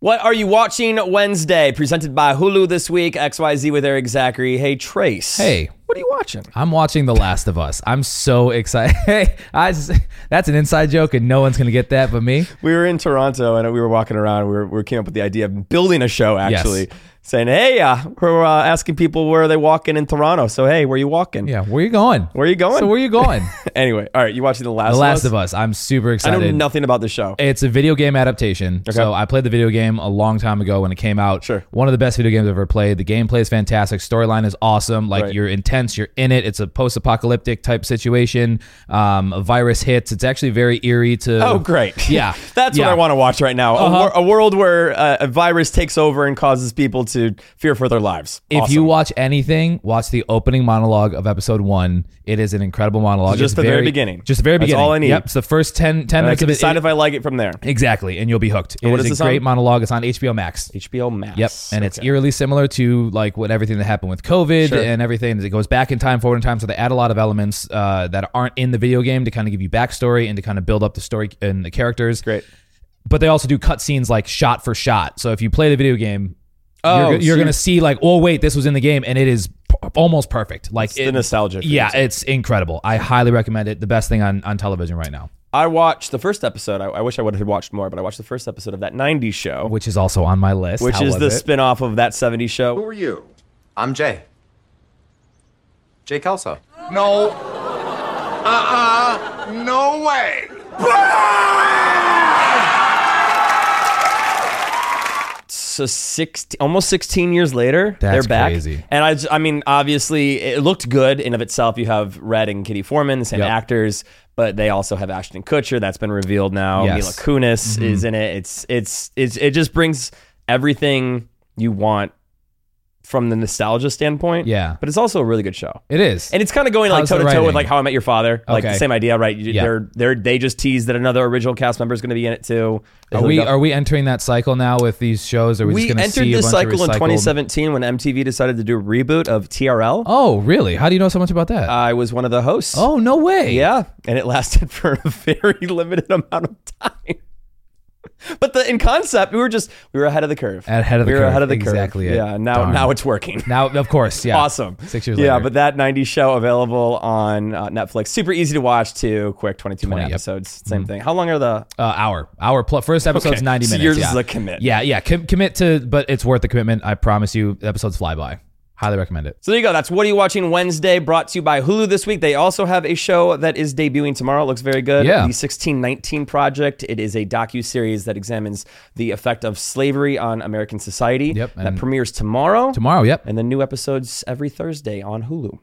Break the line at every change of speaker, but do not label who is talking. What are you watching Wednesday? Presented by Hulu this week. XYZ with Eric Zachary. Hey, Trace.
Hey.
What are you watching?
I'm watching The Last of Us. I'm so excited. Hey, I just, that's an inside joke, and no one's gonna get that but me.
We were in Toronto and we were walking around. We, were, we came up with the idea of building a show, actually, saying, hey, uh, we're uh, asking people where are they walking in Toronto. So, hey, where you walking?
Yeah, where you going?
Where you going?
So where you going?
anyway, all right, you watching The Last,
the Last
of
of
Us?
Us. I'm super
I
excited.
know nothing about the show.
It's a video game adaptation. So I played the video game a long time ago when it came out.
Sure.
One of the best video games I've ever played. The gameplay is fantastic. Storyline is awesome. Like
Right.
you're intense, you're in it. It's a post apocalyptic type situation. Um, a virus hits. It's actually very eerie to
Oh, great.
Yeah.
That's what
Yeah.
I
Uh-huh.
want to watch right now. A, wor- a world where uh, a virus takes over and causes people to fear for their lives.
If
Awesome.
you watch anything, watch the opening monologue of episode one. It is an incredible monologue.
So just
It's
the very beginning.
Just the very
That's
beginning.
all I need.
Yep. It's the first 10, 10
and I
minutes
can
of it.
decide
It-
if I like it from there.
exactly. And you'll be hooked. It
what is
is
this
a
on?
great monologue. It's on HBO Max.
HBO Max.
Yep, and it's eerily similar to like what everything that happened with COVID
Sure.
and everything. It goes back in time, forward in time, so they add a lot of elements uh, that aren't in the video game to kind of give you backstory and to kind of build up the story and the characters.
great.
But they also do cutscenes like shot for shot. So if you play the video game,
Oh,
you're, go- you're
so
gonna see like, oh wait, this was in the game, and it is p- almost perfect. Like
the
it-
nostalgia for
Yeah,
yourself.
it's incredible. I highly recommend it. The best thing on on television right now,
I watched the first episode. I, I wish I would have watched more, but I watched the first episode of that 90s show,
which is also on my list.
which
How
is
was
the
it?
spin off of that 70s show.
Who are you?
I'm Jay. Jay Kelso.
No. Uh-uh. No way.
So 16, almost 16 years later,
That's
they're back.
crazy.
And I, j- I mean, obviously, it looked good in of itself. You have Red and Kitty Foreman, the same
Yep.
actors, but they also have Ashton Kutcher. That's been revealed now.
Yes. Mm-hmm.
Mila Kunis is in it. It's, it's it's it just brings everything you want from the nostalgia standpoint.
Yeah.
but it's also a really good show.
It is.
And it's kind of going like
How's
toe
the
to toe
writing?
with like How I Met Your Father, like the
Okay.
same idea, right? You-
Yeah.
They're they're they just teased that another original cast member is going to be in it too.
Are we are we entering that cycle now with these shows? Or are we,
we
just going to
entered
see a
this
bunch
cycle
of
in
recycled-
2017 when MTV decided to do a reboot of TRL.
Oh, really? How do you know so much about that?
I was one of the hosts.
oh, no way.
Uh, yeah, and it lasted for a very limited amount of time. But the in concept, we were just we were ahead of the curve.
Ahead of the
we were
curve.
ahead of the curve.
Exactly it.
Yeah. Now
Darn.
now it's working.
Now, of course, yeah.
awesome.
Six years
yeah,
later.
but that 90s show available on uh, Netflix. Super easy to watch, too. Quick 22 minute
20, yep. Mm-hmm.
episodes. Same thing. How long are the.
Uh, hour, hour plus. First episode's
Okay,
ninety
so
minutes.
yours
yeah.
is a commit.
Yeah, yeah. Com- commit to, but it's worth the commitment. I promise you. The episodes fly by. Highly recommend it.
So there you go. That's What Are You Watching Wednesday, brought to you by Hulu this week. They also have a show that is debuting tomorrow. It looks very good.
Yeah.
The 1619 Project. It is a docu-series that examines the effect of slavery on American society.
Yep,
That
and-
premieres tomorrow.
Tomorrow, yep.
And then new episodes every Thursday on Hulu.